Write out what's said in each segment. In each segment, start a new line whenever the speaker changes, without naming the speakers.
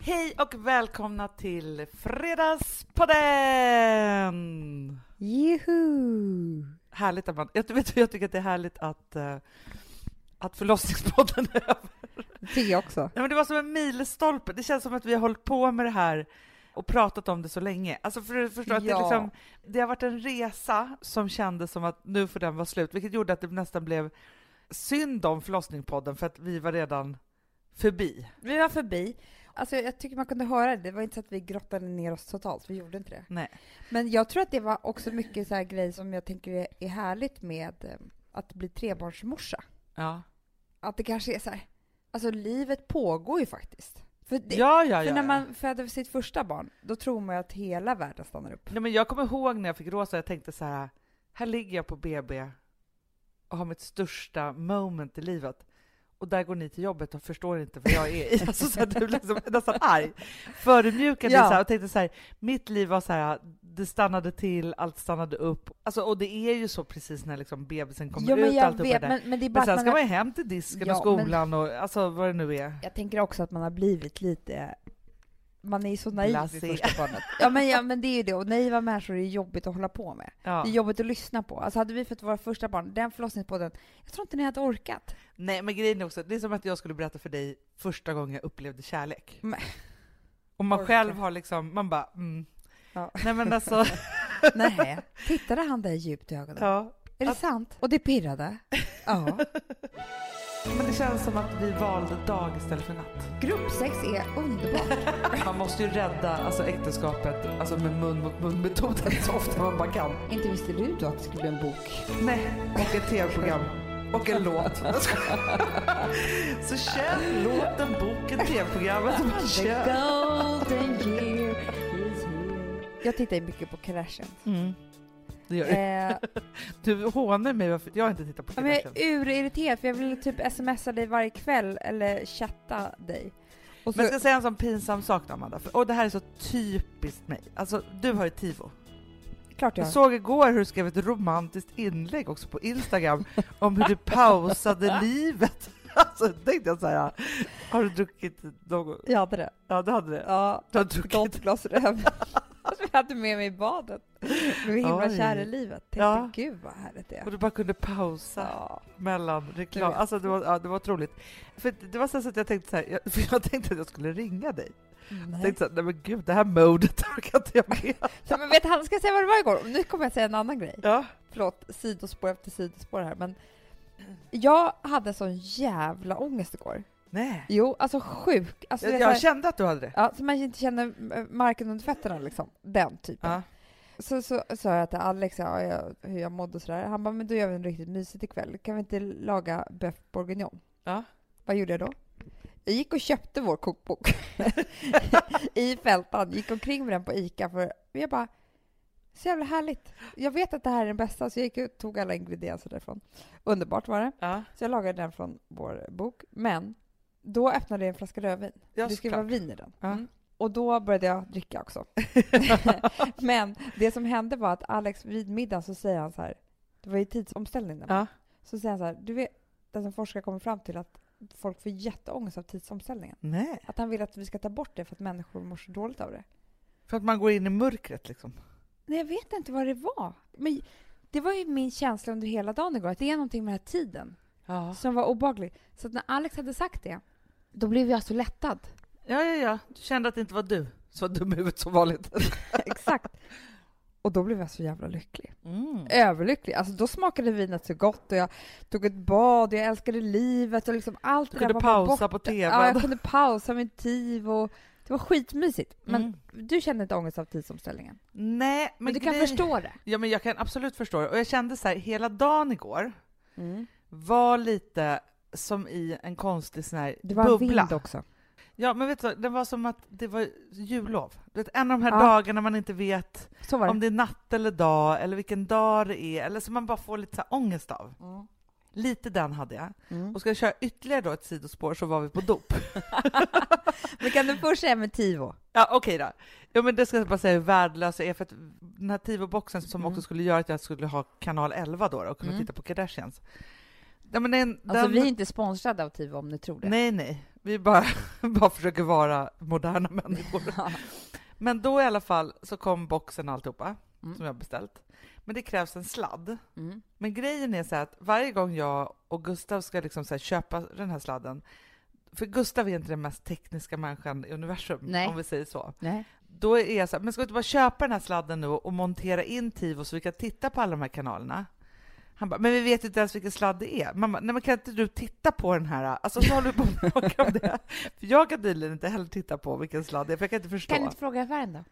Hej och välkomna till Fredagspodden!
Juhu!
Härligt att man... Jag, vet, jag tycker att det är härligt att, eh, att förlossningspodden är över.
Det tycker jag också.
Nej, men det var som en milstolpe. Det känns som att vi har hållit på med det här och pratat om det så länge. Alltså för, förstå att det,
Ja.
liksom, det har varit en resa som kändes som att nu får den vara slut, vilket gjorde att det nästan blev synd om förlossningspodden för att vi var redan förbi.
Vi var förbi. Alltså jag tycker man kunde höra det. Det var inte så att vi grottade ner oss totalt. Vi gjorde inte det.
Nej.
Men jag tror att det var också mycket så här grejer som jag tänker är- är härligt med eh, att bli trebarnsmorsa.
Ja,
Att det kanske är så här, alltså livet pågår ju faktiskt. För, det,
ja, ja.
för
ja,
när
ja.
man föder sitt första barn, då tror man ju att hela världen stannar upp.
Nej, men jag kommer ihåg när jag fick Rosa, jag tänkte så här, här ligger jag på BB och har mitt största moment i livet. Och där går ni till jobbet och förstår inte vad jag är i. Alltså, så här, du blev liksom nästan arg. Förödmjukade
Ja.
så här, och tänkte så här, mitt liv var så här, det stannade till, allt stannade upp. Alltså, och det är ju så precis när liksom bebisen kommer
Jo, men
ut,
jag
allt
vet,
vet, men,
men, men det är bara
men sen
att
ska
man
man ju hem till disken
Ja,
och
men-
skolan och alltså, vad det nu är.
Jag tänker också att man har blivit lite... Man är ju så naiv
Blasé.
vid första barnet. Ja men, ja, men det är ju det. Och naiva människor är jobbigt att hålla på med.
Ja.
Det är jobbigt att lyssna på. Alltså hade vi fått våra första barn, den förlossningspodden, jag tror inte ni hade orkat.
Nej, men grejen är också, det är som att jag skulle berätta för dig första gången jag upplevde kärlek.
Men-
Och man
Orkar.
själv har liksom, man bara mm.
Ja.
Nej men alltså,
Nej. Tittade han dig djupt i ögonen?
ja.
Är det sant? Och det pirrade? Ja.
Men det känns som att vi valde dag istället för natt.
Gruppsex är underbart.
Man måste ju rädda alltså, äktenskapet alltså, med mun mot mun-metoden så ofta man bara kan.
inte visste du då att det skulle bli en bok?
Nej, och ett tv-program. Och en låt. Jag skojar. så känn låten, boken, tv-programmet. och bara kör.
golden year is here. Jag tittar ju mycket på Kardashian.
Mm. Det gör
Eh,
det. Du hånar mig varför jag inte tittar på
ja, men jag
Kardashian.
är urirriterad för jag vill typ smsa dig varje kväll eller chatta dig. Och så,
Men jag ska säga en sån pinsam sak då, Amanda, för, och det här är så typiskt mig. Alltså, du har ju TiVo.
klart jag
Jag
har.
såg igår hur du skrev ett romantiskt inlägg också på Instagram om hur du pausade livet. Alltså, tänkte jag så här, har du druckit något?
Jag hade det.
Ja, du hade det.
Ja,
Du har druckit.
Något glas röv. Som jag hade med mig i badet. Jag var himla
Oj.
kär i livet. Tänkte
Ja.
gud vad härligt det är.
Och du bara kunde pausa
Ja.
mellan reklam.
vet.
Alltså, det var, ja, det var otroligt. För det var så här att jag tänkte så här, jag, för jag tänkte att jag skulle ringa dig. Jag
Nej.
tänkte så här, nej men gud, det här modet orkar inte jag med.
Så, men vet du, han ska säga vad det var igår. Nu kommer jag säga en annan grej.
Ja.
Förlåt, sidospår efter sidospår här. Men jag hade sån jävla ångest igår.
Nej.
Jo, alltså sjuk. Alltså, det
Jag,
är så
jag
här,
kände att du hade det.
ja, så man inte känner eh, marken under fötterna liksom. Den typen.
Ja.
Så sa så, sa jag till Alex ja, jag, hur jag mådde och sådär. Han bara, men då gör vi en riktigt mysigt ikväll. Kan vi inte laga bœuf bourguignon?
Ja.
Vad gjorde jag då? Jag gick och köpte vår kokbok i fältan. Gick omkring med den på ICA för jag bara, så jävla härligt. Jag vet att det här är den bästa så jag gick och tog alla ingredienser därifrån. Underbart var det.
Ja.
Så jag lagade den från vår bok. Men då öppnade jag en flaska rödvin.
Ja,
det skulle
såklart.
vara vin i den.
Ja.
Mm. Och då började jag dricka också. Men det som hände var att Alex vid middagen så säger han så här, det var ju tidsomställning där.
Ja.
Så säger han så här, du vet, den som forskar kommer fram till att folk får jätteångest av tidsomställningen.
Nej.
Att han vill att vi ska ta bort det för att människor mår så dåligt av det.
För att man går in i mörkret liksom.
Nej, jag vet inte vad det var. Men det var ju min känsla under hela dagen igår, att det är någonting med den här tiden
Ja.
som var obehaglig. Så att när Alex hade sagt det, då blev jag så lättad.
ja, ja, ja. Du kände att det inte var du som var dum i huvudet som vanligt.
Exakt. Och då blev jag så jävla lycklig.
Mm.
Överlycklig. Alltså då smakade vinet så gott och jag tog ett bad och jag älskade livet och liksom allt
Du
det där
kunde
var bara
pausa på Mm. tvn.
Ja, jag kunde pausa min tid och det var skitmysigt. Men
Mm.
du känner inte ångest av tidsomställningen?
Nej, men,
Men, du kan
grejen-
förstå det?
Ja, men jag kan absolut förstå det. Och jag kände så här, hela dagen igår
Mm.
var lite som i en konstig sån här
Det var en
bubbla.
vind också.
Ja, men vet du, vad? det var som att det var jullov. Du vet, en av de här
Ja.
dagarna man inte vet
Så var det.
om det är natt eller dag eller vilken dag det är, eller som man bara får lite så här ångest av.
Mm.
Lite den hade jag.
Mm.
Och ska jag köra ytterligare då ett sidospår så var vi på dop.
Men kan du först säga med Tivo?
Ja, okej då. Ja, men det ska jag bara säga hur värdelös jag är, för att den här TiVo-boxen som
Mm.
också skulle göra att jag skulle ha kanal 11 då, då och kunna
Mm.
titta på Kardashians. Ja, men den,
Alltså
den,
vi är inte sponsrade av Tivo om ni tror det.
Nej, nej. Vi bara, bara försöker vara moderna människor.
Ja.
Men då i alla fall så kom boxen och alltihopa
Mm.
som jag beställt. Men det krävs en sladd.
Mm.
Men grejen är så här att varje gång jag och Gustav ska liksom så här köpa den här sladden, för Gustav är inte den mest tekniska människan i universum,
Nej.
om vi säger så.
Nej.
Då är jag så här, men ska vi inte bara köpa den här sladden nu och montera in Tivo så vi kan titta på alla de här kanalerna? Han bara, men vi vet inte ens vilken sladd det är. Mamma, nej men kan inte du titta på den här? Alltså så håller vi på och bråkar om det. För jag kan tydligen inte heller titta på vilken sladd det är, för jag kan inte förstå.
Kan du inte fråga affären då?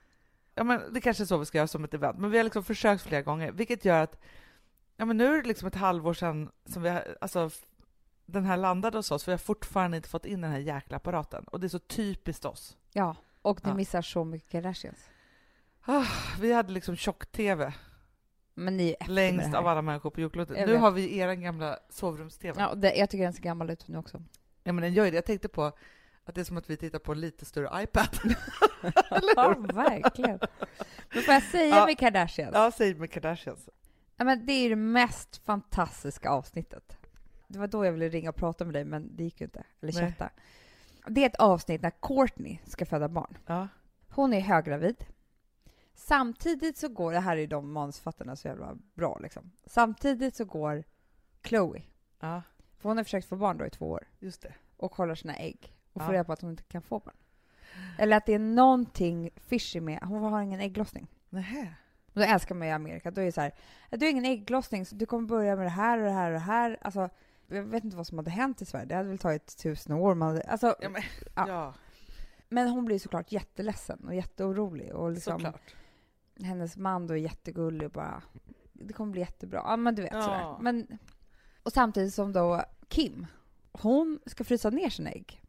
Ja, men det kanske är så vi ska göra som ett event, men vi har liksom försökt flera gånger, vilket gör att ja, men nu är det liksom ett halvår sedan som vi har, alltså, f- den här landade hos oss, för vi har fortfarande inte fått in den här jäkla apparaten. Och det är så typiskt oss.
Ja, och ni
Ja.
missar så mycket Kardashians.
Vi hade liksom tjock-tv
Men ni är efter med
längst
det här.
av alla människor på jordklotet.
Jag
Nu
vet.
har vi er gamla sovrums-tv. Ja.
Ja, och det, jag tycker den ser gammal ut nu också.
men den gör ju det. Jag tänkte på att det är som att vi tittar på en lite större iPad.
Ja, verkligen. Men får jag säga
Ja.
med Kardashians?
Ja, säg med Kardashians.
Ja, men det är ju det mest fantastiska avsnittet. Det var då jag ville ringa och prata med dig, men det gick ju inte. Eller
Nej.
chatta. Det är ett avsnitt när Courtney ska föda barn.
Ja.
Hon är höggravid. Samtidigt så går, det här är ju de manusförfattarna så jävla bra liksom. Samtidigt så går Chloe,
ja,
för hon har försökt få barn då i två år,
just det.
och håller sina ägg och får
Ja.
reda på att hon inte kan få barn. Eller att det är någonting fishy med, hon har ingen ägglossning.
Nähä.
Då älskar man ju Amerika. Då är det så här, du har ingen ägglossning så du kommer börja med det här och det här och det här. Alltså, jag vet inte vad som hade hänt i Sverige. Det hade väl tagit tusen år. Man hade, alltså,
Ja, men,
Ja.
ja,
men hon blir såklart jätteledsen och jätteorolig. Och liksom,
såklart.
hennes man då är jättegullig och bara, det kommer bli jättebra. Ja, men du vet
Ja.
sådär. Men, och samtidigt som då Kim, hon ska frysa ner sina ägg.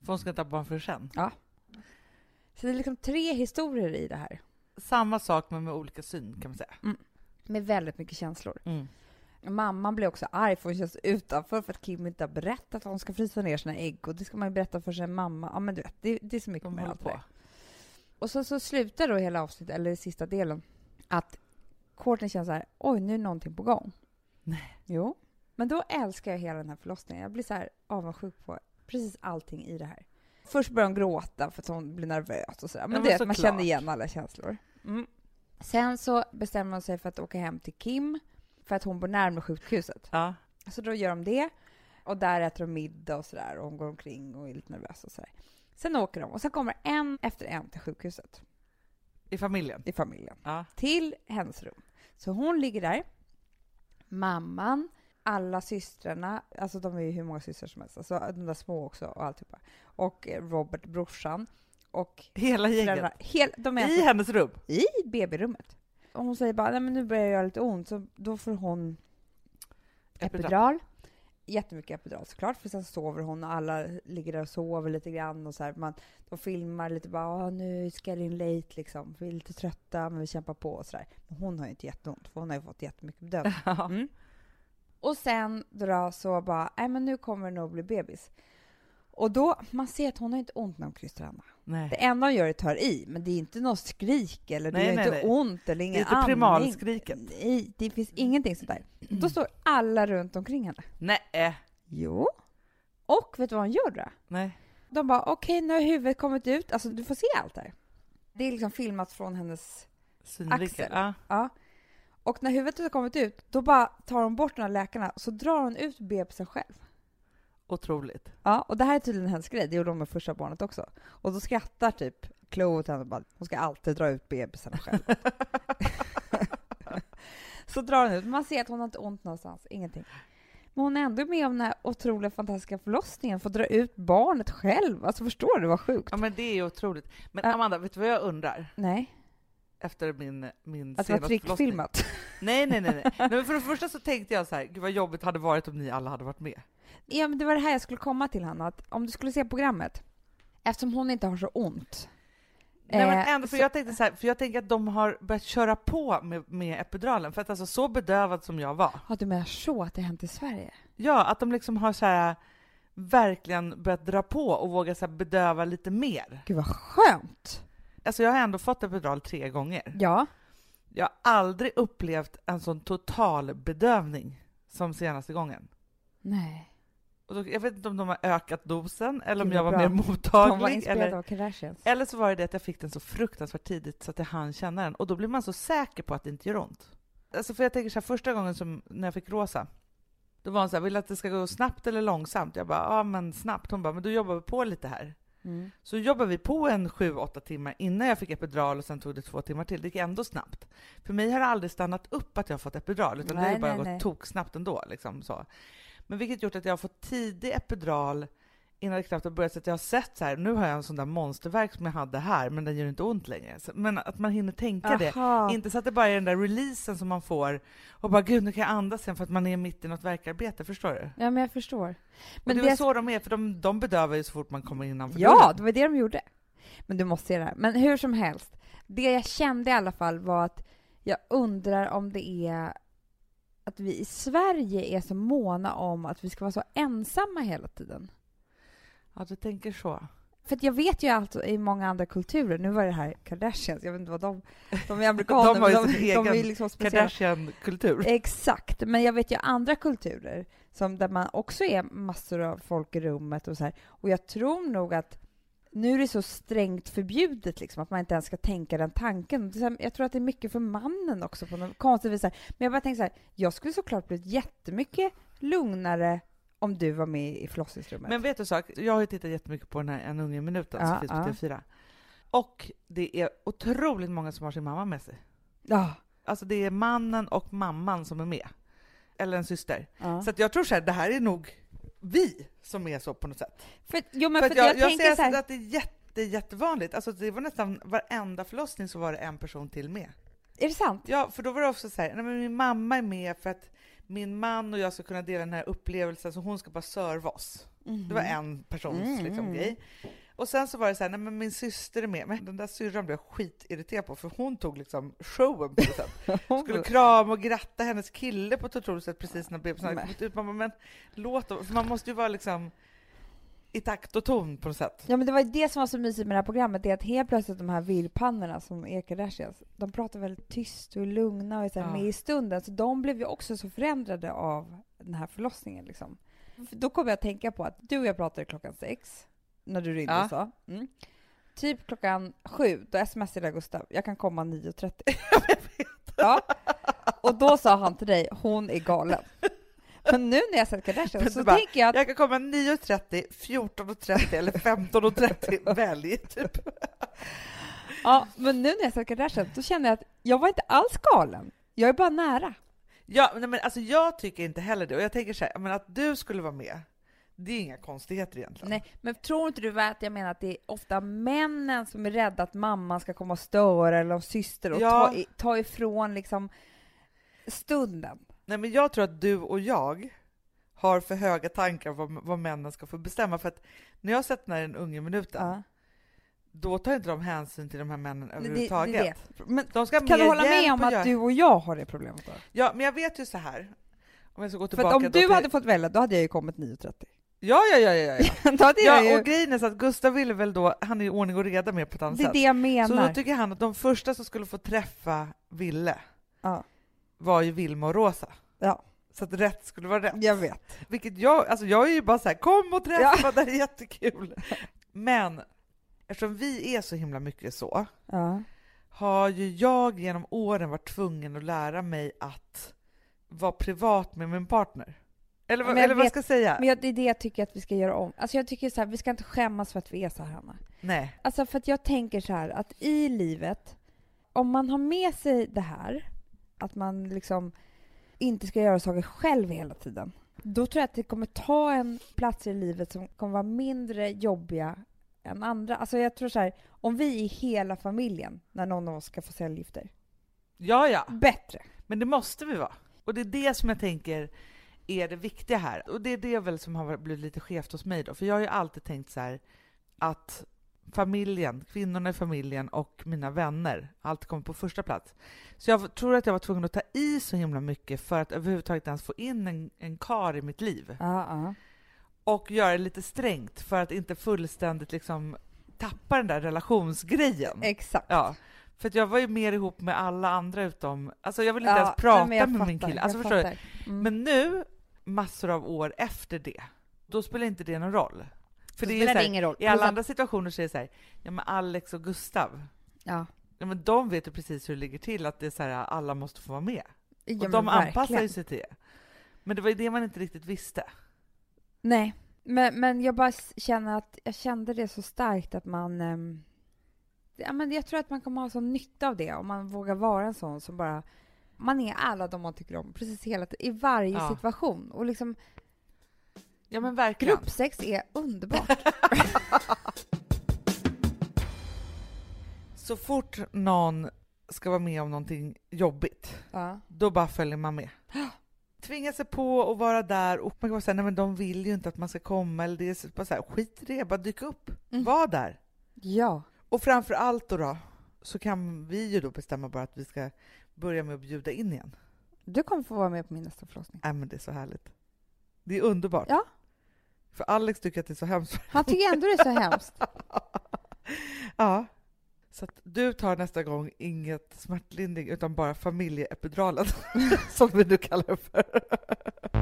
För hon ska inte ha barn för sen.
Så det är liksom tre historier i det här.
Samma sak men med olika syn kan man säga.
Med väldigt mycket känslor.
Mm.
Mamman blir också arg för hon känns utanför för att Kim inte har berättat att hon ska frysa ner sina ägg och det ska man ju berätta för sin mamma. Ja men du vet, det, det är så mycket
De
med
håller
allt det där.
på.
Och sen så slutar då hela avsnittet, eller sista delen, att Courtney känner så här, oj nu är någonting på gång.
Nej.
Jo. Men då älskar jag hela den här förlossningen. Jag blir så här avundsjuk på precis allting i det här. Först börjar hon gråta för att hon blir nervös och sådär. Men
Ja,
du
men
vet, man
såklart.
känner igen alla känslor. Mm. Sen så bestämmer hon sig för att åka hem till Kim för att hon bor närmare sjukhuset.
Ja.
Så då gör de det. Och där äter de middag och sådär. Och hon går omkring och är lite nervös och sådär. Sen åker de och sen kommer en efter en till sjukhuset
I familjen.
i familjen.
Ja.
Till hennes rum. Så hon ligger där. Mamman, alla systrarna, alltså de är ju hur många systrar som helst. Alltså de där små också och alltihopa. Och eh, Robert, brorsan. Och
Hela gänget.
föräldrarna. Hel, de är
I
alltså
hennes rum.
i BB-rummet. Och hon säger bara, nej men nu börjar jag göra lite ont. Så då får hon epidural. Jättemycket epidural såklart, för sen sover hon och alla ligger där och sover lite grann och så här, man, de filmar lite bara "Ah, nu ska in late liksom, vi är lite trötta men vi kämpar på och sådär. Men hon har ju inte jätteont för hon har ju fått jättemycket bedövning.
Ja.
Mm. Och sen då så bara, nej men nu kommer det nog bli bebis. Och då, man ser att hon har inte ont när hon krystar Anna.
Nej.
Det enda hon gör är att ta i, men det är inte något skrik eller
Nej,
det gör
nej,
inte
nej.
ont eller
Det är
ingen
inte
andning.
primalskriket.
Nej, det finns ingenting sånt där. Då står alla runt omkring henne.
Nej.
Jo. Och vet du vad hon gör då?
Nej.
De bara okej, nu har huvudet kommit ut. Alltså du får se allt här. Det är liksom filmat från hennes...
Synvinkel.
Axel.
Ja.
Ja. Och när huvudet har kommit ut, då bara tar hon bort de här läkarna och så drar hon ut bebisen själv.
Otroligt.
Ja, och det här är tydligen hennes grej. Det gjorde hon med första barnet också. Och då skrattar typ Chloe åt henne och bara, hon ska alltid dra ut bebisarna själv. så drar hon ut. Man ser att hon har inte ont någonstans, ingenting. Men hon är ändå med om den här otroliga fantastiska förlossningen, får dra ut barnet själv. Alltså förstår du vad sjukt?
Ja men det är otroligt. Men
Ja.
Amanda, vet du vad jag undrar?
Nej,
Efter min, min
att det var
senaste förlossning.
trickfilmat.
Nej, nej, nej. nej. nej men för det första så tänkte jag så här, gud vad jobbigt hade varit om ni alla hade varit med.
Ja, men det var det här jag skulle komma till Hanna, att om du skulle se programmet, eftersom hon inte har så ont.
Nej, men
Eh,
ändå, för,
så-
jag tänkte så här, för jag tänker att de har börjat köra på med, med epiduralen, för att alltså så bedövad som jag var,
Ja, du menar så att det hänt i Sverige?
Ja, att de liksom har så här verkligen börjat dra på och våga så här bedöva lite mer.
Gud vad skönt!
Alltså jag har ändå fått epidural tre gånger.
Ja.
Jag har aldrig upplevt en sån total bedövning som senaste gången.
Nej.
Och då, jag vet inte om de har ökat dosen eller om
Gud,
jag var
vad
mer
bra. De var
mottaglig.
inspirerade
Eller,
av Kardashians.
eller så var det det att jag fick den så fruktansvärt tidigt så att jag hann känna den. Och då blir man så säker på att det inte gör ont. Alltså för jag tänker så här, första gången som, när jag fick rosa, då var hon så här, vill du att det ska gå snabbt eller långsamt? Jag bara, ja men snabbt. Hon bara, men då jobbar vi på lite här.
Mm.
Så jobbade vi på en 7-8 timmar innan jag fick epidural och sen tog det två timmar till. Det gick ändå snabbt. För mig har det aldrig stannat upp att jag har fått epidural utan det har
Nej,
ju bara
nej, nej.
gått toksnabbt ändå. Liksom, så. Men vilket gjort att jag har fått tidig epidural innan det knappt har börjat så att jag har sett så här, nu har jag en sån där monsterverk som jag hade här men den gör inte ont längre. Så, men att man hinner tänka det.
Aha.
Inte så att det bara är den där releasen som man får och bara gud nu kan jag andas igen för att man är mitt i något verkarbete, förstår du?
Ja, men jag förstår.
Men
Men
det är väl
det-
så de är, för de, de bedövar ju så fort man kommer innanför
Ja,
dörren.
det var det de gjorde. Men du måste se det här. Men hur som helst, det jag kände i alla fall var att jag undrar om det är att vi i Sverige är så måna om att vi ska vara så ensamma hela tiden.
Ja, du tänker så.
För att jag vet ju alltså i många andra kulturer, nu var det här Kardashians, jag vet inte vad de... De är amerikaner,
De har ju
men
sin
de, de är ju
egen
liksom speciella.
Kardashian-kultur.
Exakt, men jag vet ju andra kulturer som där man också är massor av folk i rummet och så här. Och jag tror nog att nu är det så strängt förbjudet liksom, att man inte ens ska tänka den tanken. Det är så här, Jag tror att det är mycket för mannen också på något konstigt vis. så här. Men jag bara tänker så här, jag skulle såklart blivit jättemycket lugnare om du var med i förlossningsrummet.
Men vet du en sak? Jag har ju tittat jättemycket på den här En unge i minuten som
Ja,
finns
ja.
på TV4. Och det är otroligt många som har sin mamma med sig.
ja,
Alltså det är mannen och mamman som är med. Eller en syster.
ja.
Så att jag tror så här, det här är nog vi som är så på något sätt.
För, jo, men
För
för,
att
jag,
jag, jag
tänker så här,
ser att det är jätte, jättevanligt. Alltså det var nästan varenda förlossning så var det en person till med.
är det sant?
Ja, för då var det också så här, nej, men min mamma är med för att min man och jag ska kunna dela den här upplevelsen så hon ska bara serva oss. Det var en persons
Mm,
liksom,
mm.
grej. Och sen så var det så här, nej men min syster är med. Men den där syrran blev jag skitirriterad på för hon tog liksom showen på något sätt. Skulle krama och gratta hennes kille på ett otroligt sätt precis när bebisen hade
Nej.
kommit ut. Man bara, men låt dem, för man måste ju vara liksom i takt och ton på något sätt.
Ja men det var ju det som var så mysigt med det här programmet, det är att helt plötsligt de här villpannorna som är Kardashians, de pratar väldigt tyst och är lugna och är så här
Ja.
med i stunden. Så de blev ju också så förändrade av den här förlossningen liksom.
Mm.
För Då kom jag att tänka på att du och jag pratade klockan sex, när du ringde
Ja.
och sa. Mm. Typ klockan sju, då smsade jag Gustav, jag kan komma 9.30. ja. Och då sa han till dig, hon är galen. Men nu när jag sett Kardashians
Du
så
bara,
tänker jag att
Jag kan komma 9.30, 14.30 eller 15.30, välj typ.
Ja, men nu när jag såg Kardashian, då känner jag att jag var inte alls galen. Jag är bara nära.
Ja, nej, men alltså jag tycker inte heller det. Och jag tänker så här, men att du skulle vara med, det är inga konstigheter egentligen.
Nej, men tror inte du att jag menar att det är ofta männen som är rädda att mamman ska komma och störa eller av syster och
Ja.
ta, i, ta ifrån liksom stunden?
Nej, men jag tror att du och jag har för höga tankar om vad, vad männen ska få bestämma. För att när jag har sett den här en unge minuten,
Ja.
då tar inte de hänsyn till de här männen
Det, det,
överhuvudtaget.
det. Men
De ska ha
kan du
mer
hålla med
hjälp
om
och
att
göra-
du och jag har det problemet då?
Ja, men jag vet ju så här. Om jag ska gå
För
tillbaka
att om
då
du
till...
hade fått välja, då hade jag ju kommit 9.30.
Ja, ja, ja, ja, ja.
då hade jag
ja och
ju...
grejen är så att Gustav ville väl då, han är ju ordning och reda med på ett annat
Det är
sätt.
det jag
Så då
menar.
tycker han att de första som skulle få träffa Ville
Ja.
var ju Vilma och Rosa.
Ja.
Så att rätt skulle vara rätt.
Jag vet.
Vilket jag, alltså jag är ju bara så här, kom och träffa, det här är jättekul. Men eftersom vi är så himla mycket så,
Ja.
har ju jag genom åren varit tvungen att lära mig att vara privat med min partner. Eller, vad-
Men jag
eller vad jag
vet-
ska säga?
Men jag, det är det jag tycker att vi ska göra om. Alltså jag tycker så här, vi ska inte skämmas för att vi är så här, Hanna.
Nej.
Alltså för att jag tänker så här att i livet, om man har med sig det här, att man liksom inte ska göra saker själv hela tiden, då tror jag att det kommer ta en plats i livet som kommer vara mindre jobbiga än andra. Alltså jag tror så här, om vi i hela familjen, när någon av oss ska få cellgifter,
Ja, ja.
bättre.
Men det måste vi vara. Och det är det som jag tänker är det viktiga här. Och det är det väl som har varit- blivit lite skevt hos mig då. För jag har ju alltid tänkt så här att familjen, kvinnorna i familjen och mina vänner, allt kommer på första plats. Så jag tror att jag var tvungen att ta i så himla mycket för att överhuvudtaget ens få in en, en kar i mitt liv.
Ja,
Mm.
ja.
Och göra det lite strängt för att inte fullständigt liksom tappa den där relationsgrejen.
Exakt.
Ja, för att jag var ju mer ihop med alla andra utom... Alltså jag ville inte
Ja,
ens prata
nej, men
med
jag
min Alltså,
fattar,
kille. Alltså
Mm.
förstår
jag
du?
fattar. Mm.
Men nu, massor av år efter det, då spelar inte det någon roll. För det är
spelar
så
det
här,
ingen roll.
I alla
Plus att-
andra situationer så är det så här, ja men Alex och Gustav,
Ja.
ja, men de vet ju precis hur det ligger till, att det är så här, alla måste få vara med.
Ja,
Och
men
de anpassar
verkligen.
ju sig till det. Men det var ju det man inte riktigt visste.
Nej, men, men jag bara s- känner att jag kände det så starkt att man... ehm, ja, men jag tror att man kommer ha sån nytta av det om man vågar vara en sån som bara... Man är alla de man tycker om precis hela tiden, i varje
Ja.
situation. Och liksom,
Ja men verkligen.
gruppsex är underbart.
Så fort någon ska vara med om någonting jobbigt,
ja.
då bara följer man med. Tvinga sig på och vara där och man kan vara såhär, nej men de vill ju inte att man ska komma eller det är så bara så här, skit i det, bara dyk upp,
Mm.
var där.
ja.
Och framför allt då, då så kan vi ju då bestämma bara att vi ska börja med att bjuda in igen.
Du kommer få vara med på min nästa förlossning.
Nej men det är så härligt. Det är underbart.
Ja.
För Alex tycker att det är så hemskt.
Han tycker ändå det är så hemskt.
ja. Så att du tar nästa gång inget smärtlindring utan bara familjeepiduralen, som vi nu kallar det för.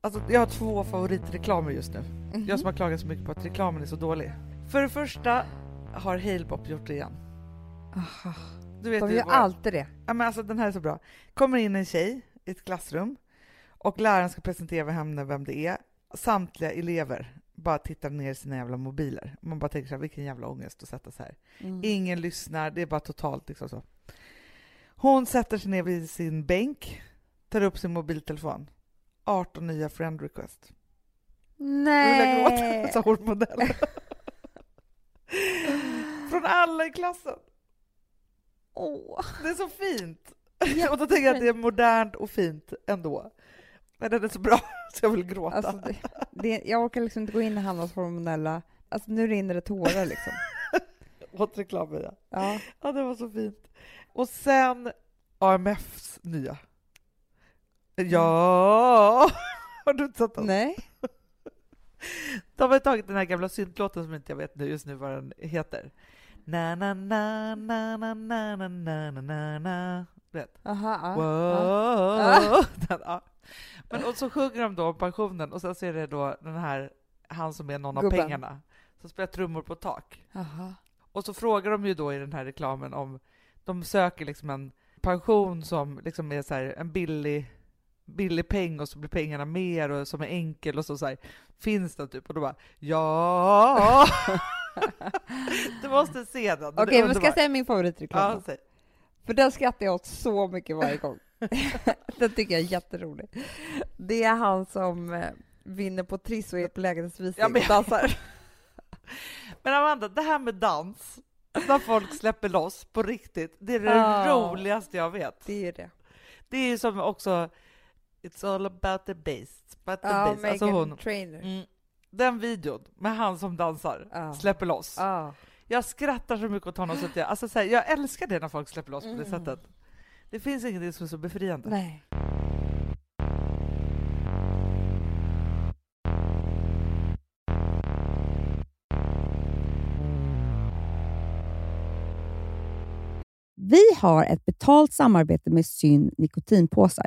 Alltså, jag har två favoritreklamer just nu. Mm. Jag som har klagat så mycket på att reklamen är så dålig. För det första har Halebop gjort det igen.
Aha,
Du vet
de
ju
gör
våra-
alltid det.
Ja, men alltså, den här är så bra. kommer in en tjej i ett klassrum och läraren ska presentera henne vem det är. Samtliga elever bara tittar ner i sina jävla mobiler. Man bara tänker så här, vilken jävla ångest att sätta sig här.
Mm.
Ingen lyssnar, det är bara totalt liksom så. Hon sätter sig ner vid sin bänk, tar upp sin mobiltelefon. 18 nya friend request. Ulla gråter,
Mm. Nej!
sa hormonell. Från alla i klassen.
Åh.
Det är så fint. och då tänker jag att det är modernt och fint ändå. Men den är så bra så jag vill gråta.
Alltså, det, det, jag orkar liksom inte gå in i Hannas hormonella... Alltså nu rinner det tårar liksom.
Åt reklamen ja.
Ja.
Ja, det var så fint. Och sen AMFs nya. Mm. Ja! Har du inte sett den?
Nej.
De har tagit den här gamla syntlåten som inte jag vet nu just nu vad den heter. Na na na na na na na na na na na Du vet.
Aha, ja. ja.
Wow.
Ah.
Den, ja. Men och så sjunger de då om pensionen och sen så är det då den här, han som är någon av
Gubben.
pengarna, som spelar trummor på tak.
Aha.
Och så frågar de ju då i den här reklamen om de söker liksom en pension som liksom är så här en billig, billig peng och så blir pengarna mer och som är enkel och så, så här, finns den typ? Och då bara ja. du måste se den. den är
Okej, men ska
underbar.
jag säga min favoritreklam?
ja,
då?
säg.
För den skrattar jag åt så mycket varje gång. den tycker jag är jätterolig. Det är han som eh, vinner på Triss och är på lägenhetsvisning
Ja, men-
och dansar.
Men Amanda, det här med dans, när folk släpper loss på riktigt, det är det
Ja.
roligaste jag vet.
Det är det.
Det är ju som också It's all about the bass, it's about the
Ja,
bass. Alltså
Megan
hon,
Trainer.
mm, den videon med han som dansar,
Ja.
släpper loss.
Ja.
Jag skrattar så mycket åt honom så att jag, alltså, så här, jag älskar det när folk släpper loss på det
Mm.
sättet. Det finns ingenting som är så befriande.
Nej.
Vi har ett betalt samarbete med Syn nikotinpåsar.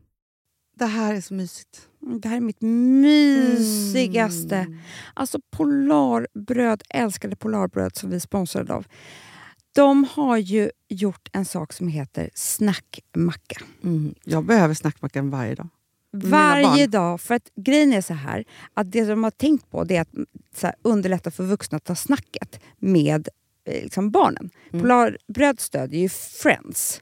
Det här är så mysigt.
Det här är mitt
Mm.
mysigaste. Alltså Polarbröd, älskade Polarbröd som vi är sponsrade av. De har ju gjort en sak som heter snackmacka.
Mm. Jag behöver snackmackan varje dag. Mina
Varje
barn.
dag. För att grejen är så här, att det de har tänkt på det är att mm, så här, underlätta för vuxna att ta snacket med eh, liksom, barnen.
Mm.
Polarbröd stödjer ju Friends.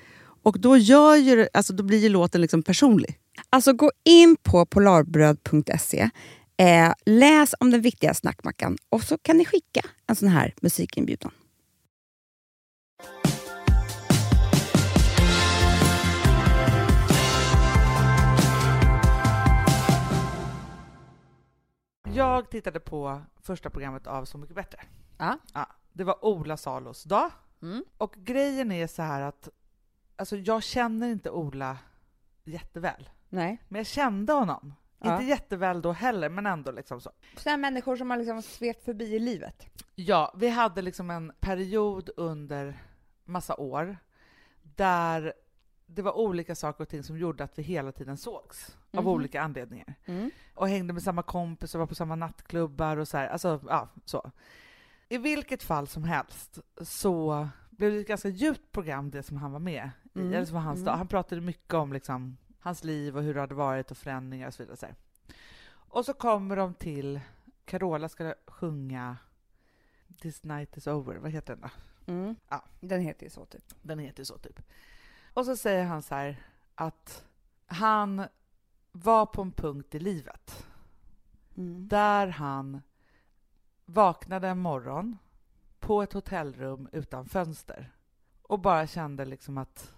Och då, gör ju, det- alltså, då blir ju låten liksom personlig.
Alltså gå in på polarbröd.se, eh, läs om den viktiga snackmackan och så kan ni skicka en sån här musikinbjudan.
Jag tittade på första programmet av Så mycket bättre.
Ja.
det var Ola Salos dag.
Mm.
Och grejen är så här att alltså, jag känner inte Ola jätteväl.
Nej.
Men jag kände honom.
Ja.
Inte jätteväl då heller, men ändå liksom så.
Sådana människor som man liksom svept förbi i livet.
Ja, vi hade liksom en period under massa år där det var olika saker och ting som gjorde att vi hela tiden sågs av
Mhm.
olika anledningar.
Mm.
Och hängde med samma kompis och var på samma nattklubbar och så här. Alltså, ja, så. I vilket fall som helst så blev det ett ganska djupt program det som han var med i,
Mm,
eller som var hans
mm.
dag. Han pratade mycket om liksom, hans liv och hur det hade varit och förändringar och så vidare. Så här. Och så kommer de till Carola ska sjunga This night is over, vad heter den då?
Mm.
Ja.
Den heter ju så typ.
Den heter ju så typ. Och så säger han så här att han var på en punkt i livet
Mm.
där han vaknade en morgon på ett hotellrum utan fönster och bara kände liksom att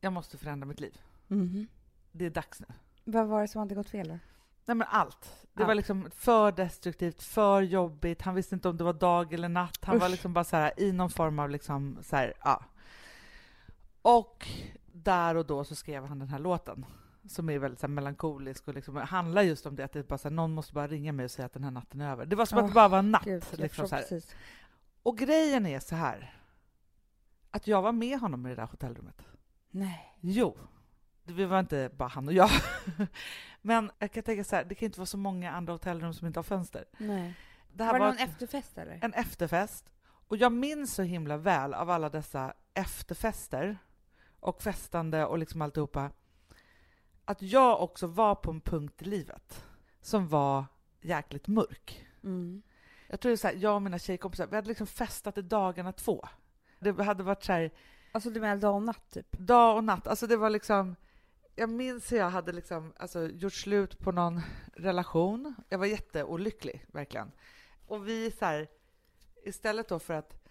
jag måste förändra mitt liv.
Mm-hmm.
Mhm.
Det är dags nu.
Vad var det som hade gått fel då?
Nej men allt. Det var
Allt.
liksom för destruktivt, för jobbigt. Han visste inte om det var dag eller natt. Han var
Usch.
liksom bara så här i någon form av liksom så här, ja. Och där och då så skrev han den här låten som är väldigt så här, melankolisk och liksom, handlar just om det att det är bara, så här, någon måste bara ringa mig och säga att den här natten är över. Det var som att
Åh,
det bara var en natt.
Gud, jag
liksom,
förstår
så här.
precis.
Och grejen är så här att jag var med honom i det där hotellrummet.
Nej.
Jo, det var inte bara han och jag. Men jag kan tänka så här, det kan inte vara så många andra hotellrum som inte har fönster.
Nej.
Det här
Var det
var
någon efterfest eller?
en efterfest. Och jag minns så himla väl av alla dessa efterfester och festande och liksom alltihopa att jag också var på en punkt i livet som var jäkligt mörk.
Mm.
Jag tror det är så här, jag och mina tjejkompisar, vi hade liksom festat i dagarna två. Det hade varit så här,
Alltså du menar dag och natt typ?
dag och natt. Alltså det var liksom... Jag minns hur jag hade liksom, alltså, gjort slut på någon relation. Jag var jätteolycklig, verkligen. Och vi så här, istället då för att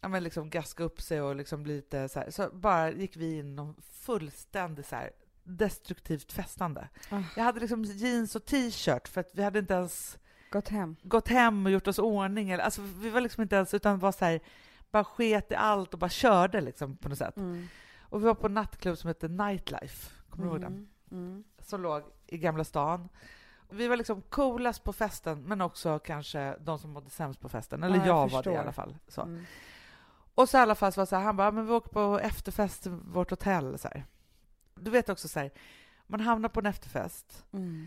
ja, men liksom gaska upp sig och liksom bli lite så här, så bara gick vi in i någon fullständig så här, destruktivt festande.
Ah.
Jag hade liksom jeans och t-shirt för att vi hade inte ens
Gått hem?
gått hem och gjort oss ordning. Eller, alltså, vi var liksom inte ens, utan var så här, bara sket i allt och bara körde liksom på något sätt.
Mm.
Och vi var på en nattklubb som hette Nightlife, kommer du ihåg den?
Mm. Mm.
Som låg i Gamla stan. Vi var liksom coolast på festen, men också kanske de som mådde sämst på festen. Eller
Ja, jag
jag, var det
förstår.
i alla fall. Så.
Mm.
Och så i alla fall så var det så här, han bara, "Ja, men vi åker på efterfest till vårt hotell. Så här. Du vet också så här, man hamnar på en efterfest,
Mm.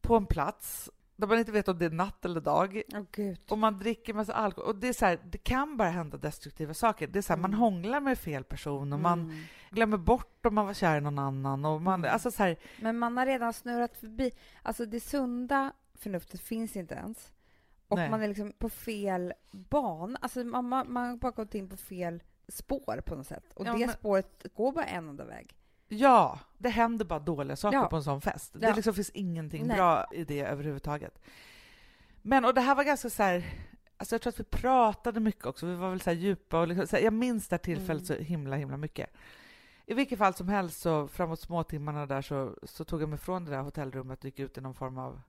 på en plats, där man inte vet om det är natt eller dag.
Åh gud.
Och man dricker massa alkohol. Och det är så här, det kan bara hända destruktiva saker. Det är så här, man
Mm.
hånglar med fel person och man
Mm.
glömmer bort om man var kär i någon annan. Och man,
Mm.
alltså så här,
Men man har redan snurrat förbi. Alltså det sunda förnuftet finns inte ens. Och
Nej.
man är liksom på fel ban. Alltså man, man, man har bara gått in på fel spår på något sätt. Och
Ja,
det
men-
spåret går bara en enda väg.
Ja, det händer bara dåliga saker
Ja.
på en sån fest.
Ja.
Det liksom finns ingenting
Nej.
bra i det överhuvudtaget. Men, och det här var ganska så här, alltså jag tror att vi pratade mycket också, vi var väl så här djupa och liksom, så här, jag minns det här tillfället
Mm.
så himla, himla mycket. I vilket fall som helst så framåt småtimmarna där så, så tog jag mig från det där hotellrummet och gick ut i någon form av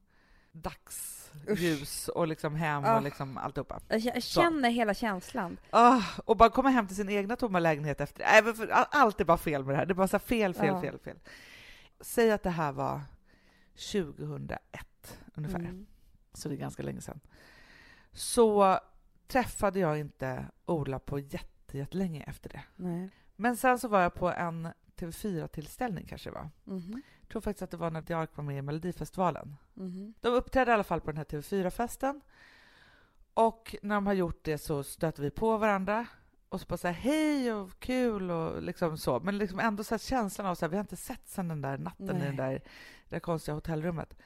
dagsljus och liksom hem
Ah.
och liksom alltihopa.
Jag k- jag
Så.
känner hela känslan.
Ah, och bara komma hem till sin egna tomma lägenhet efter Nej, men för, all- Allt är bara fel med det här. Det är bara så här fel, fel,
Ja.
fel, fel. Säg att det här var 2001 ungefär,
Mm.
så det är ganska länge sedan. Så träffade jag inte Ola på jätte, jättelänge efter det.
Nej.
Men sen så var jag på en TV4-tillställning kanske det var.
Mhm.
Jag tror faktiskt att det var när Diark var med i Melodifestivalen.
Mhm.
De uppträdde i alla fall på den här TV4-festen. Och när de har gjort det så stöter vi på varandra. Och så bara så här, hej och kul och liksom så. Men liksom ändå så här känslan av så här, vi har inte sett sen den där natten i
Nej.
den där, det där konstiga hotellrummet.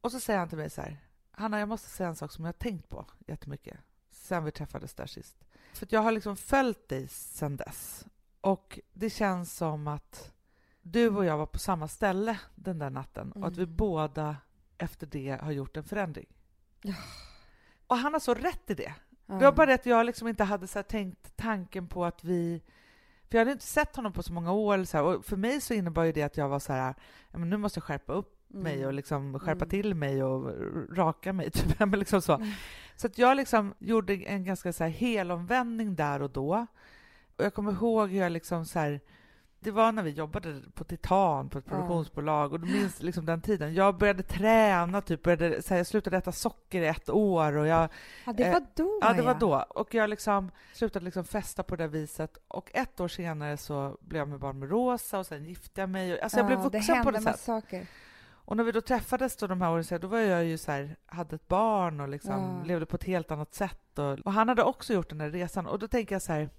Och så säger han till mig så här, Hanna jag måste säga en sak som jag har tänkt på jättemycket sen vi träffades där sist. För att jag har liksom följt dig sen dess. Och det känns som att du och jag var på samma ställe den där natten och att vi
Mm.
båda efter det har gjort en förändring.
Ja.
Och han har så rätt i det.
Ja.
Det var bara det att jag liksom inte hade så här tänkt tanken på att vi... För jag hade inte sett honom på så många år. eller Så här, och för mig så innebar ju det att jag var så här, "Ja, men nu måste jag skärpa upp
Mm.
mig och liksom skärpa
Mm.
till mig och raka mig. Typ. Men liksom så
Mm.
så att jag liksom gjorde en ganska så här helomvändning där och då. Och jag kommer ihåg hur jag liksom så här, det var när vi jobbade på Titan på ett
Ja.
produktionsbolag och du minns liksom den tiden. Jag började träna, typ, började, så här, jag slutade äta socker i ett år och jag
Ja, det var då,
Eh, Ja, det var då. Och jag liksom slutade liksom festa på det där viset. Och ett år senare så blev jag med barn med Rosa och sen gifte jag mig. Och- Alltså jag
Ja,
blev vuxen på
hände
det
massa
sättet.
saker.
Och när vi då träffades då de här åren, så här, då var jag ju så här, hade ett barn och liksom
Ja.
levde på ett helt annat sätt. Och, och han hade också gjort den där resan. Och då tänker jag så här,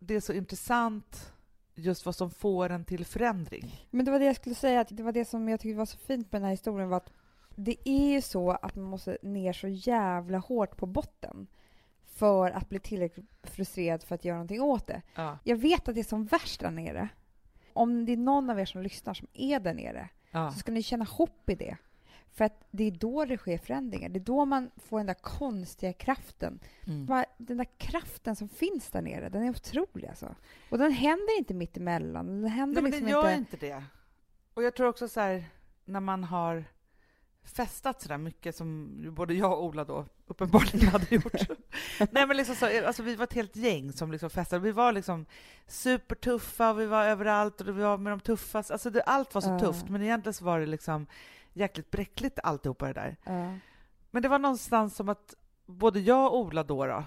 det är så intressant just vad som får en till förändring.
Men det var det jag skulle säga, att det var det som jag tyckte var så fint med den här historien var att det är ju så att man måste ner så jävla hårt på botten för att bli tillräckligt frustrerad för att göra någonting åt det.
Ja.
Jag vet att det är som värst där nere. Om det är någon av er som lyssnar som är där nere
Ja.
så ska ni känna hopp i det. För att det är då det sker förändringar. Det är då man får den där konstiga kraften. Bara Den där kraften som finns där nere, den är otrolig alltså. Och den händer inte mitt emellan. Den händer
Nej, men
liksom
det gör
inte...
inte det. Och jag tror också så här, när man har festat sådär mycket som ju både jag och Ola då uppenbarligen hade gjort. Nej men liksom så, alltså vi var ett helt gäng som liksom festade. Vi var liksom supertuffa, och vi var överallt och vi var med de tuffaste. Alltså det, allt var så
Ja.
tufft men egentligen så var det liksom jäkligt bräckligt alltihopa det där.
Ja.
Men det var någonstans som att både jag och Ola då, då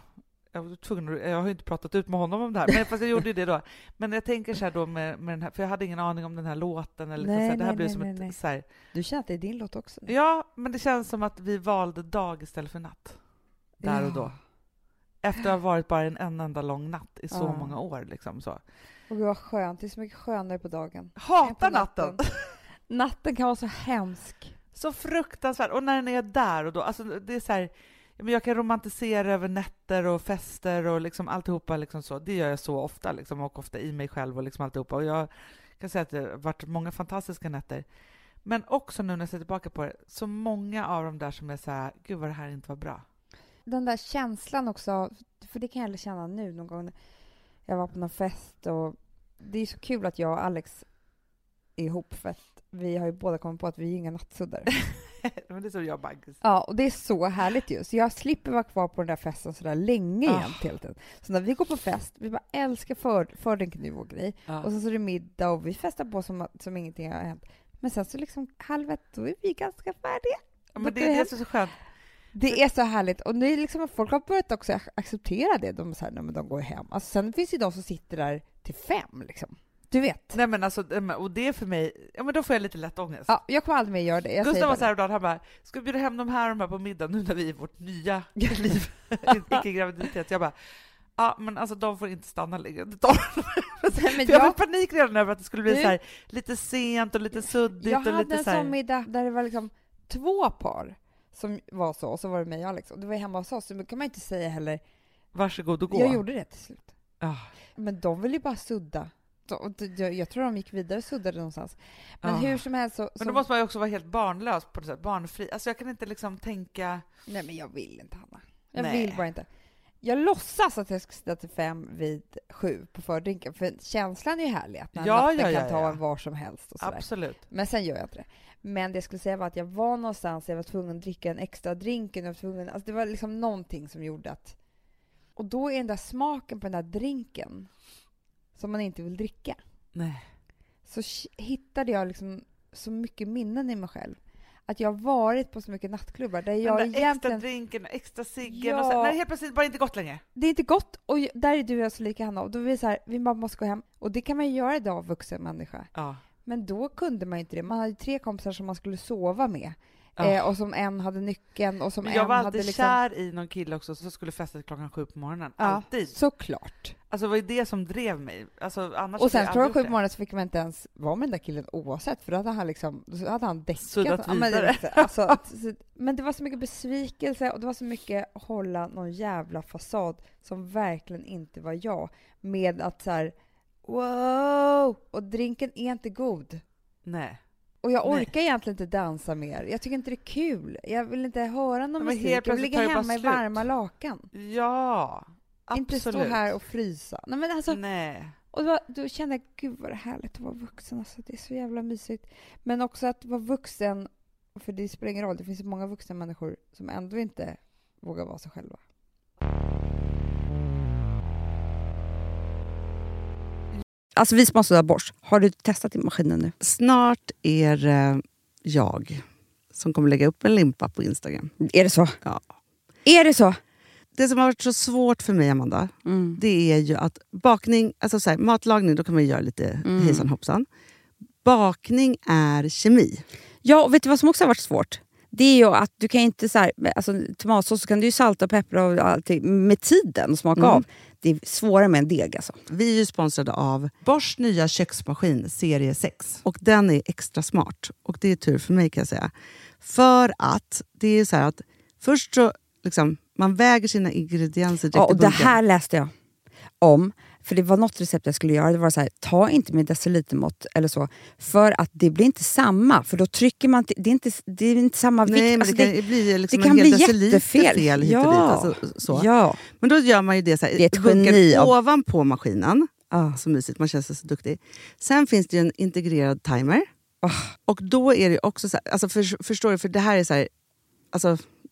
jag, var tvungen, att- jag har ju inte pratat ut med honom om det här, men fast jag gjorde ju det då. Men jag tänker så här då med, med den här, för jag hade ingen aning om den här låten eller liksom
Nej,
så här, det här
nej,
blev
nej,
som
nej,
ett
nej.
så här,
Du känner att det är din låt också?
Ja, men det känns som att vi valde dag istället för natt. Där och då.
Ja.
Efter att ha varit bara en, en enda lång natt i så
Ja.
många år. Liksom, så.
Och gud vad skönt, det är så mycket skönare på dagen. än på
Hatar natten!
Natten kan vara så hemsk.
Så fruktansvärt. Och när den är där och då. Alltså, det är så här, ja, men jag kan romantisera över nätter och fester och liksom alltihopa. Liksom så. Det gör jag så ofta, liksom, och ofta i mig själv och liksom alltihopa. Och jag kan säga att det har varit många fantastiska nätter. Men också nu när jag ser tillbaka på det, så många av dem där som är så här, gud vad det här inte var bra.
Den där känslan också, av- för det kan jag aldrig känna nu någon gång. Jag var på någon fest och det är så kul att jag och Alex är ihop för att vi har ju båda kommit på att vi är inga nattsuddar.
men det är som jag och Baggis.
Ja, och det är så härligt ju. Så jag slipper vara kvar på den där festen sådär länge
Ah.
igen hela tiden. Så när vi går på fest, vi bara älskar för, fördrinken, det är vår grej.
Ah.
Och sen så är det middag och vi festar på som, att- som ingenting har hänt. Men sen så liksom halv ett, då är vi ganska färdiga.
Ja, men det, det är så skönt.
Det är så härligt. Och nu liksom folk har börjat också ac- acceptera det. De, är så här, nej, men de går hem. Alltså, sen finns det ju de som sitter där till fem liksom. Du vet.
Nej men alltså, det- men- och det är för mig, ja men då får jag lite lätt ångest.
Ja, jag kommer aldrig mer göra det. Jag säger
Gustav var
bara
så här ibland, han bara, ska vi bjuda hem de här och de här på middag nu när vi är i vårt nya liv, icke graviditet? Jag bara, ja men alltså de får inte stanna längre. De,
det. Nej, men
för jag
jag,
fick panik redan över att det skulle bli
Du-
så här, lite sent och lite suddigt
jag
och
hade
lite
en
så
sån
här.
middag där det var liksom två par som var så, och så var det mig och Alex. Och det var ju hemma hos oss, så det kan man ju inte säga heller.
Varsågod och gå. Ah,
Jag gjorde det till slut.
Ja.
Men de ville ju bara sudda. De, och de- jag, jag tror de gick vidare och suddade någonstans. Men
Ja.
hur som helst så...
ah. Men
så
då måste man ju också vara helt barnlös på något sätt, barnfri. Alltså jag kan inte liksom tänka,
Nej men jag vill inte Hanna. Jag
Nej.
vill bara inte. Jag låtsas att jag ska sitta till fem vid sju på fördrinken, för känslan är ju härlig att när
Ja,
natten
ja, ja,
kan ta
ja.
en var som helst och sådär.
absolut.
Men sen gör jag inte det. Men det jag skulle säga var att jag var någonstans, jag var tvungen att dricka en extra drink, och jag var tvungen, alltså det var liksom någonting som gjorde att... Och då är den där smaken på den där drinken som man inte vill dricka.
Nej.
Så sh- hittade jag liksom så mycket minnen i mig själv. Att jag har varit på så mycket nattklubbar där
den
jag
där extra
egentligen...
drinken, extra ciggen
Ja.
och sen, nej helt plötsligt bara inte gått längre.
det är inte gott och ju- där är du och jag så lika Hanna och då är vi så här, vi bara måste gå hem. Och det kan man ju göra idag, vuxen människa.
Ja.
Men då kunde man ju inte det. Man hade ju tre kompisar som man skulle sova med.
Ja.
Eh, och som en hade nyckeln och som
Men
en
jag var
hade
alltid
liksom...
kär i någon kille också som skulle festa till klockan sju på morgonen.
Ja.
Alltid.
Såklart.
Alltså det var ju det som drev mig. Alltså, annars
Och sen
hade jag aldrig
klockan sju
gjort
på
det.
morgonen så fick man inte ens vara med den där killen oavsett för då hade han liksom, då hade han däckat.
Suddat
Ja, men, det
vidare.
vet jag. alltså, så- men det var så mycket besvikelse och det var så mycket hålla någon jävla fasad som verkligen inte var jag. Med att så här, wow! Och drinken är inte god.
Nej.
Och jag
Nej.
orkar egentligen inte dansa mer. Jag tycker inte det är kul. Jag vill inte höra någon
Men helt
musik. Jag vill
plötsligt
ligga
tar det bara
hemma i
slut.
varma lakan.
Ja, absolut. Mm.
Inte stå här och frysa. Nej, men alltså,
Nej.
och då, då kände jag, gud vad det är härligt att vara vuxen. Alltså, det är så jävla mysigt. Men också att vara vuxen, för det spelar ingen roll. Det finns så många vuxna människor som ändå inte vågar vara sig själva.
Alltså vi som har suddat borst, har du testat i maskinen nu?
Snart är eh, jag som kommer lägga upp en limpa på Instagram.
Är det så?
Ja.
Är det så?
Det som har varit så svårt för mig, Amanda, det är ju att bakning... Alltså så här, matlagning, då kan man ju göra lite
Mm.
hejsan hoppsan. Bakning är kemi.
Ja, och vet du vad som också har varit svårt? Det är ju att du kan ju inte så här, alltså, tomatsås så kan du ju salta och peppra och allt med tiden och
Mm.
smaka av. Det är svårare med en deg alltså.
Vi är ju sponsrade av Bors nya köksmaskin serie 6. Och den är extra smart. Och det är tur för mig kan jag säga. För att det är så här att först så liksom, man väger sina ingredienser direkt
Ja, och
i
det
bunken.
här läste jag om. För det var något recept jag skulle göra. Det var så här, ta inte med decilitermått eller så. För att det blir inte samma. För då trycker man... till- Det är inte, det är inte samma
Nej,
vikt.
men
Alltså,
det kan ju bli liksom
det kan
en hel
bli
deciliter
jättefel.
fel hit och dit.
Ja.
Alltså, så.
Ja.
Men då gör man ju det så här,
Det är ett
i bunken
geni av-
ovanpå maskinen.
Ja.
Så mysigt, man känns så duktig. Sen finns det ju en integrerad timer.
Ah.
Och då är det ju också så här, alltså för, förstår du, för det här är så här, alltså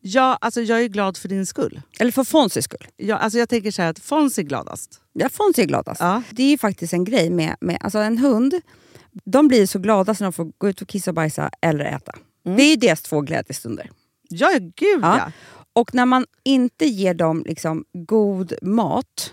Ja, alltså jag är glad för din skull.
Eller för Fonzys skull.
Ja, alltså jag tänker så här att Fons är gladast.
Ja, Fonzie är gladast.
Ja.
Det är ju faktiskt en grej med, med alltså en hund. De blir så glada när de får gå ut och kissa och bajsa eller äta.
Mm.
Det är ju deras två glädjestunder.
Ja, gud ja.
Ja. Och när man inte ger dem liksom god mat,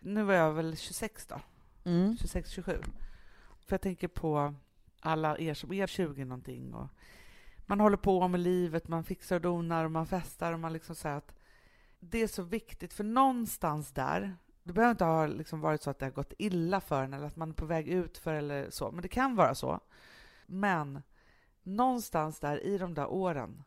Nu var jag väl 26 då,
Mm.
26, 27. För jag tänker på alla er som är 20 någonting och man håller på med livet, man fixar och donar och man festar och man liksom säger att det är så viktigt för någonstans där, det behöver inte ha liksom varit så att det har gått illa för en eller att man är på väg ut för eller så, men det kan vara så. Men någonstans där i de där åren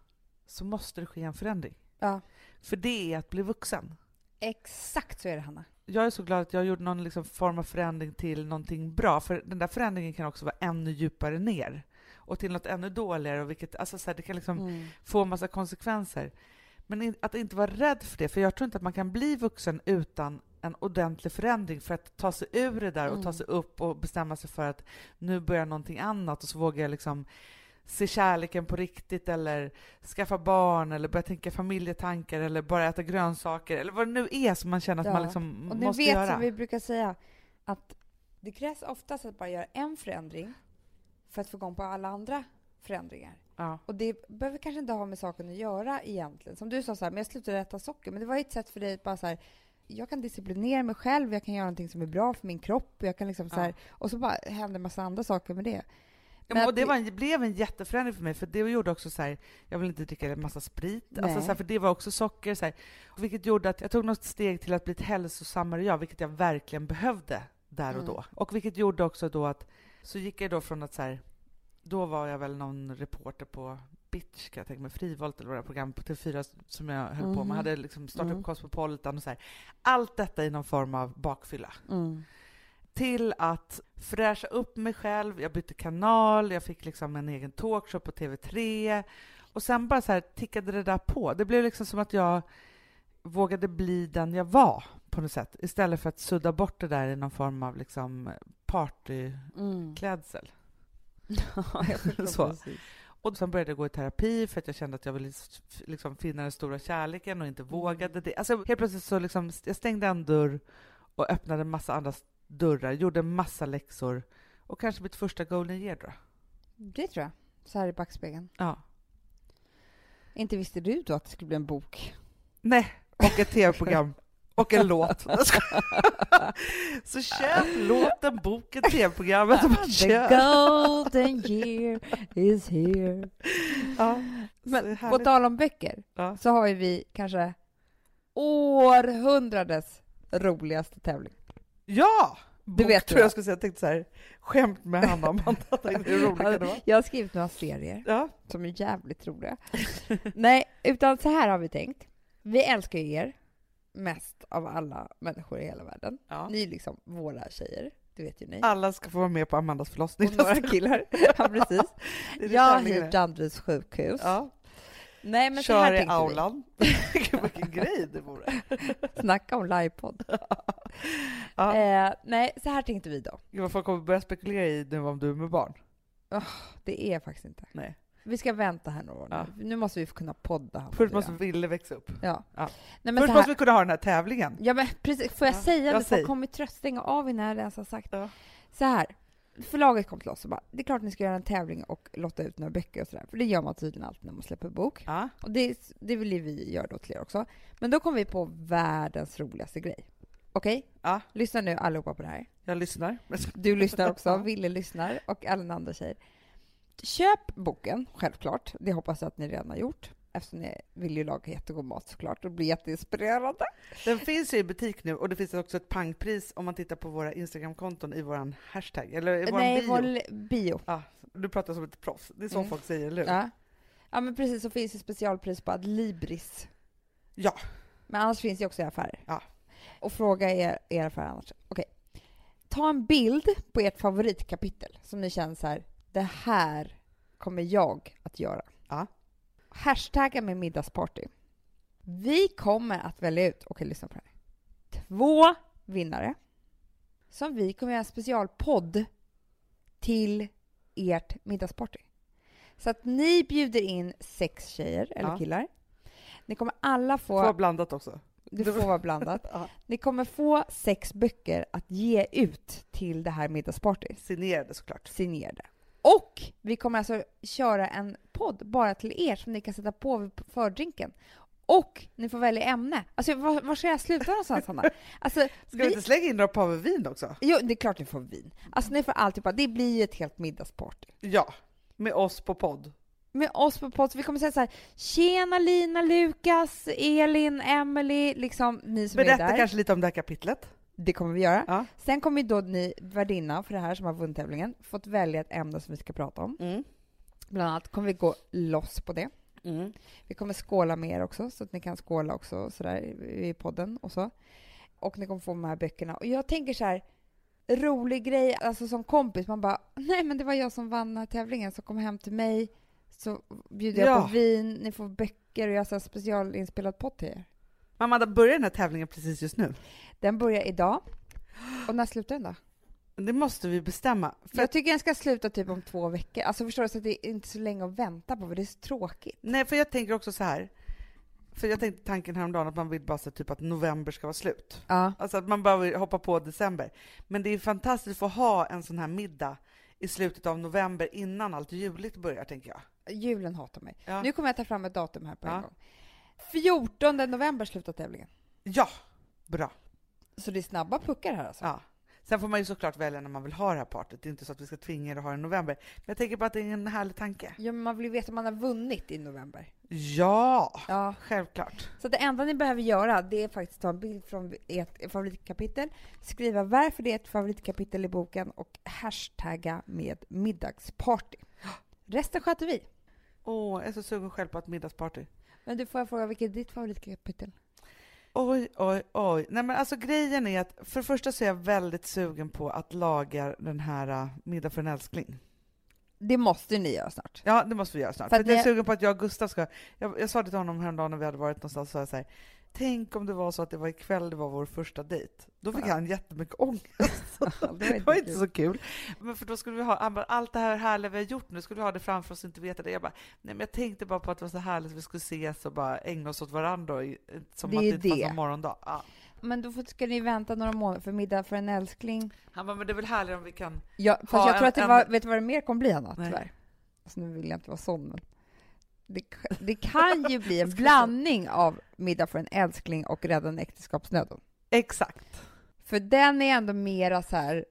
så måste det ske en förändring.
Ja.
För det är att bli vuxen.
Exakt så är det, Hanna.
Jag är så glad att jag gjorde någon liksom form av förändring till någonting bra, för den där förändringen kan också vara ännu djupare ner och till något ännu dåligare, och vilket, alltså så här, det kan liksom
Mm.
få en massa konsekvenser. Men in, att inte vara rädd för det, för jag tror inte att man kan bli vuxen utan en ordentlig förändring för att ta sig ur det där och ta
Mm.
sig upp och bestämma sig för att nu börjar någonting annat och så vågar jag liksom se kärleken på riktigt eller skaffa barn eller börja tänka familjetankar eller bara äta grönsaker eller vad det nu är som man känner att
Ja.
man liksom
Och ni
måste
vet
göra.
som vi brukar säga att det krävs oftast att bara göra en förändring för att få igång på alla andra förändringar.
Ja.
Och det behöver kanske inte ha med saken att göra egentligen. Som du sa, så här, men jag slutade äta socker. Men det var ju ett sätt för dig att bara så här, jag kan disciplinera mig själv, jag kan göra någonting som är bra för min kropp. Jag kan liksom så här, Och så bara händer en massa andra saker med det.
Ja,
Men
men,
att
och det
det-
var en, blev en jätteförändring för mig, för det gjorde också så här, jag vill inte dricka en massa sprit, alltså
Nej.
så här, för det var också socker, så här, Och vilket gjorde att jag tog något steg till att bli ett hälsosammare jag, vilket jag verkligen behövde där och
Mm.
då. Och vilket gjorde också då att, så gick jag då från att så här, då var jag väl någon reporter på Bitch, kan jag tänka mig, Frivolt eller vad det var, program på TV4 som jag höll på
Mhm.
med, hade liksom startat
Mm.
upp Cosmopolitan och så här. Allt detta i någon form av bakfylla
Mm.
till att fräscha upp mig själv. Jag bytte kanal, jag fick liksom en egen talkshow på TV3. Och sen bara så här tickade det där på. Det blev liksom som att jag vågade bli den jag var på något sätt istället för att sudda bort det där i någon form av liksom
Mm.
partyklädsel.
jag förstår
Så.
precis.
Och sen började jag gå i terapi för att jag kände att jag ville s- f- liksom finna den stora kärleken och inte
Mm.
vågade det. Alltså helt plötsligt så liksom, jag stängde en dörr och öppnade en massa andra s- dörrar, gjorde en massa läxor och kanske mitt första golden year då.
Det tror jag. Så här i backspegeln.
Ja.
Inte visste du då att det skulle bli en bok?
Nej, och ett tv-program. Och en låt. så köp låten, boken, tv-programmet. och bara
The
Köp.
golden year is here.
Ja, så
Men på
härligt.
tal om böcker
Ja.
så har ju vi kanske århundradets roligaste tävling.
ja!
Du
Bok
vet
tror jag
det.
skulle säga. Jag tänkte så här, skämt med Hanna om Amanda. Jag tänkte, Hur roligt kan det vara?
Jag har skrivit några serier
Ja.
som är jävligt roliga. Nej, utan så här har vi tänkt. Vi älskar ju er mest av alla människor i hela världen.
ja.
Ni är liksom våra tjejer, det vet ju ni.
Alla ska få vara med på Amandas förlossning.
Och några killar. Ja, precis.
Det är det
Jag har
tävlingen är.
hyrt Danderyds sjukhus.
Ja,
Nej, men så
kör
här
i
tänkte vi.
aulan. Gud, Vilken grej det vore.
Snacka om livepodd.
Ja.
Eh, nej, så här tänkte vi då.
Gud, vad folk kommer börja spekulera i nu om du är med barn.
Det är faktiskt inte.
Nej.
Vi ska vänta här några år nu.
Ja.
Nu måste vi få kunna podda. Hanna,
Först
du
måste
och
Ville växa upp.
jag. Ja.
Ja.
Nej, men
Först
så här,
måste vi kunna ha den här tävlingen.
Ja men precis, får jag
Ja,
säga
jag
det? Folk
säger.
kommer trött stänga av innan jag ens har sagt
Ja.
Så här, förlaget kom till oss och bara “det är klart ni ska göra en tävling och lotta ut några böcker och sådär”. För det gör man tydligen alltid när man släpper bok.
Ja.
Och det, det vill ju vi göra då till er också. Men då kom vi på världens roligaste grej. Okej?
Ja.
Lyssna nu allihopa på det här.
Jag lyssnar.
Du lyssnar också,
Ja.
Ville lyssnar och alla andra tjejer. Köp boken, självklart. Det hoppas jag att ni redan har gjort. Eftersom ni vill ju laga jättegod mat såklart och blir jätteinspirerade.
Den finns ju i butik nu och det finns också ett pangpris om man tittar på våra Instagramkonton i vår hashtag, eller i vår
Nej,
bio.
vår bio.
Ja, du pratar som ett proffs. Det är så
Mm.
folk säger, eller hur?
Ja. ja, men precis. Så finns det specialpris på Adlibris.
Ja.
Men annars finns det också i affärer.
Ja.
Och fråga er, er affär annars. Okej. Ta en bild på ert favoritkapitel som ni känner så här, det här kommer jag att göra.
Ja.
Hashtagga med middagsparty. Vi kommer att välja ut, okej lyssna på det här. Två vinnare som vi kommer göra en specialpodd till ert middagsparty. Så att ni bjuder in sex tjejer eller
Ja.
killar. Ni kommer alla få...
Får blandat också.
Det får vara blandat.
Ja.
Ni kommer få sex böcker att ge ut till det här middagspartyt.
Signerade såklart.
Signerade. Och vi kommer alltså köra en podd bara till er som ni kan sätta på vid fördrinken. Och ni får välja ämne. Alltså var, var ska jag sluta någonstans Hanna? Alltså,
Ska vi
vi,
inte slänga in några pavelvin också?
jo, det är klart ni får vin. Alltså ni får allt. Typ, det blir ju ett helt middagsparty.
Ja, med oss på podd.
med oss på podd. Så vi kommer säga så här: Tjena Lina, Lukas, Elin, Emily, liksom ni som är
Berätta
där.
kanske lite om det här kapitlet.
Det kommer vi göra.
Ja.
Sen
Mm.
kommer ju då ni värdinna för det här som har vunnit tävlingen fått välja ett ämne som vi ska prata om. Bland annat kommer vi gå loss på det.
Mm.
Vi kommer skåla med er också, så att ni kan skåla också sådär i podden och så. Och ni kommer få de här böckerna. Och jag tänker så här, rolig grej, alltså som kompis, man bara nej men det var jag som vann den här tävlingen som kom hem till mig så bjuder jag
Ja.
på vin, ni får böcker och jag har så här specialinspelad pott till er.
Mamma, börjar den här tävlingen precis just nu?
Den börjar idag. Och när slutar den då?
Det måste vi bestämma. För
Jag tycker den ska sluta typ om två veckor. Alltså förstår du, så att det är inte så länge att vänta på för det är så tråkigt.
Nej, för jag tänker också så här. För jag tänkte tanken häromdagen att man vill bara så typ att november ska vara slut.
Ja.
Alltså att man bara vill hoppa på december. Men det är fantastiskt att få ha en sån här middag i slutet av november innan allt juligt börjar, tänker jag.
Julen hatar mig.
Ja.
Nu kommer jag ta fram ett datum här på
Ja.
en gång. 14 november slutar tävlingen.
Ja, bra.
Så det är snabba puckar här alltså?
Ja. Sen får man ju såklart välja när man vill ha det här partyt. Det är inte så att vi ska tvinga er att ha det i november. Men jag tänker bara att det är en härlig tanke.
Ja, men man vill ju veta om man har vunnit i november.
Ja,
Ja.
självklart.
Så det enda ni behöver göra, det är faktiskt ta en bild från ert favoritkapitel, skriva varför det är ett favoritkapitel i boken och hashtagga med middagsparty. Resten sköter vi.
Åh, jag är så sugen själv på ett middagsparty.
Men du, får jag fråga, vilket är ditt favoritkapitel?
Oj, oj, oj. Nej, men alltså, grejen är att för det första så är jag väldigt sugen på att laga den här uh, Middag för en älskling.
Det måste ni göra snart.
Ja, det måste vi göra snart.
För
För
att
att jag är
ni-
sugen på att jag och Gustav ska... Jag, jag sa det till honom häromdagen när vi hade varit någonstans, så jag så här, tänk om det var så att det var ikväll det var vår första dejt. Då fick
Ja.
han jättemycket ångest.
det var
Det var inte så kul. Men för då skulle vi ha, han bara, allt det här härliga vi har gjort nu skulle vi ha det framför oss och inte veta det. Jag bara, nej men jag tänkte bara på att det var så härligt att vi skulle ses och bara ägna oss åt varandra. och i- Som
Det
att
är
det inte fanns
det.
någon morgondag. Ja.
Men då får- ska ni vänta några månader för middag för en älskling.
Han bara, men det är väl härligare om vi kan...
Ja, fast
Ha
jag tror
en-
att det
en-
var, vet du vad det mer kommer bli Anna,
Nej.
tyvärr? Alltså, nu vill jag inte vara sån, men det, k- det kan ju bli en blandning av Middag för en älskling och Rädda en äktenskapsnöden.
Exakt.
För den är ändå mera så här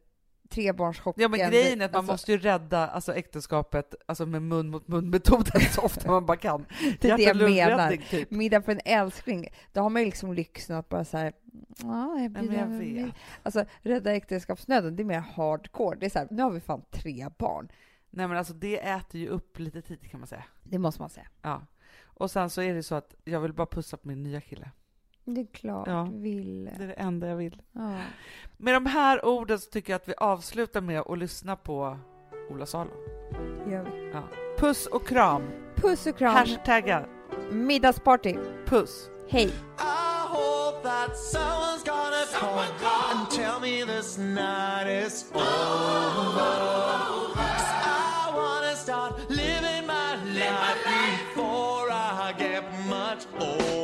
trebarnschocken.
Ja men grejen är att man
Alltså,
måste ju rädda alltså, äktenskapet alltså, med mun mot mun-metoden så ofta man bara kan.
det jag
Hjärt-lungräddning,
menar.
Typ.
Middag för en älskling, då har man ju liksom lyxen att bara så här, ja, jag
Nej, men jag
bjuder
vet.
med Alltså, Rädda äktenskapsnöden, det är mer hardcore. Det är så här, nu har vi fan tre barn.
Nej men alltså det äter ju upp lite tid kan man säga.
Det måste man säga.
Ja. Och sen så är det så att jag vill bara pussa på min nya kille.
Det är klart,
Ja.
Ville.
Det är det enda jag vill.
Ja.
Med de här orden så tycker jag att vi avslutar med att lyssna på Ola Salo.
Gör vi.
Puss och kram!
Puss och kram.
Hashtagga
Middagsparty.
puss!
Hej!
I hope that someone's gonna call, and tell me this night is over. 'Cause I wanna start living my, life, before I get much older.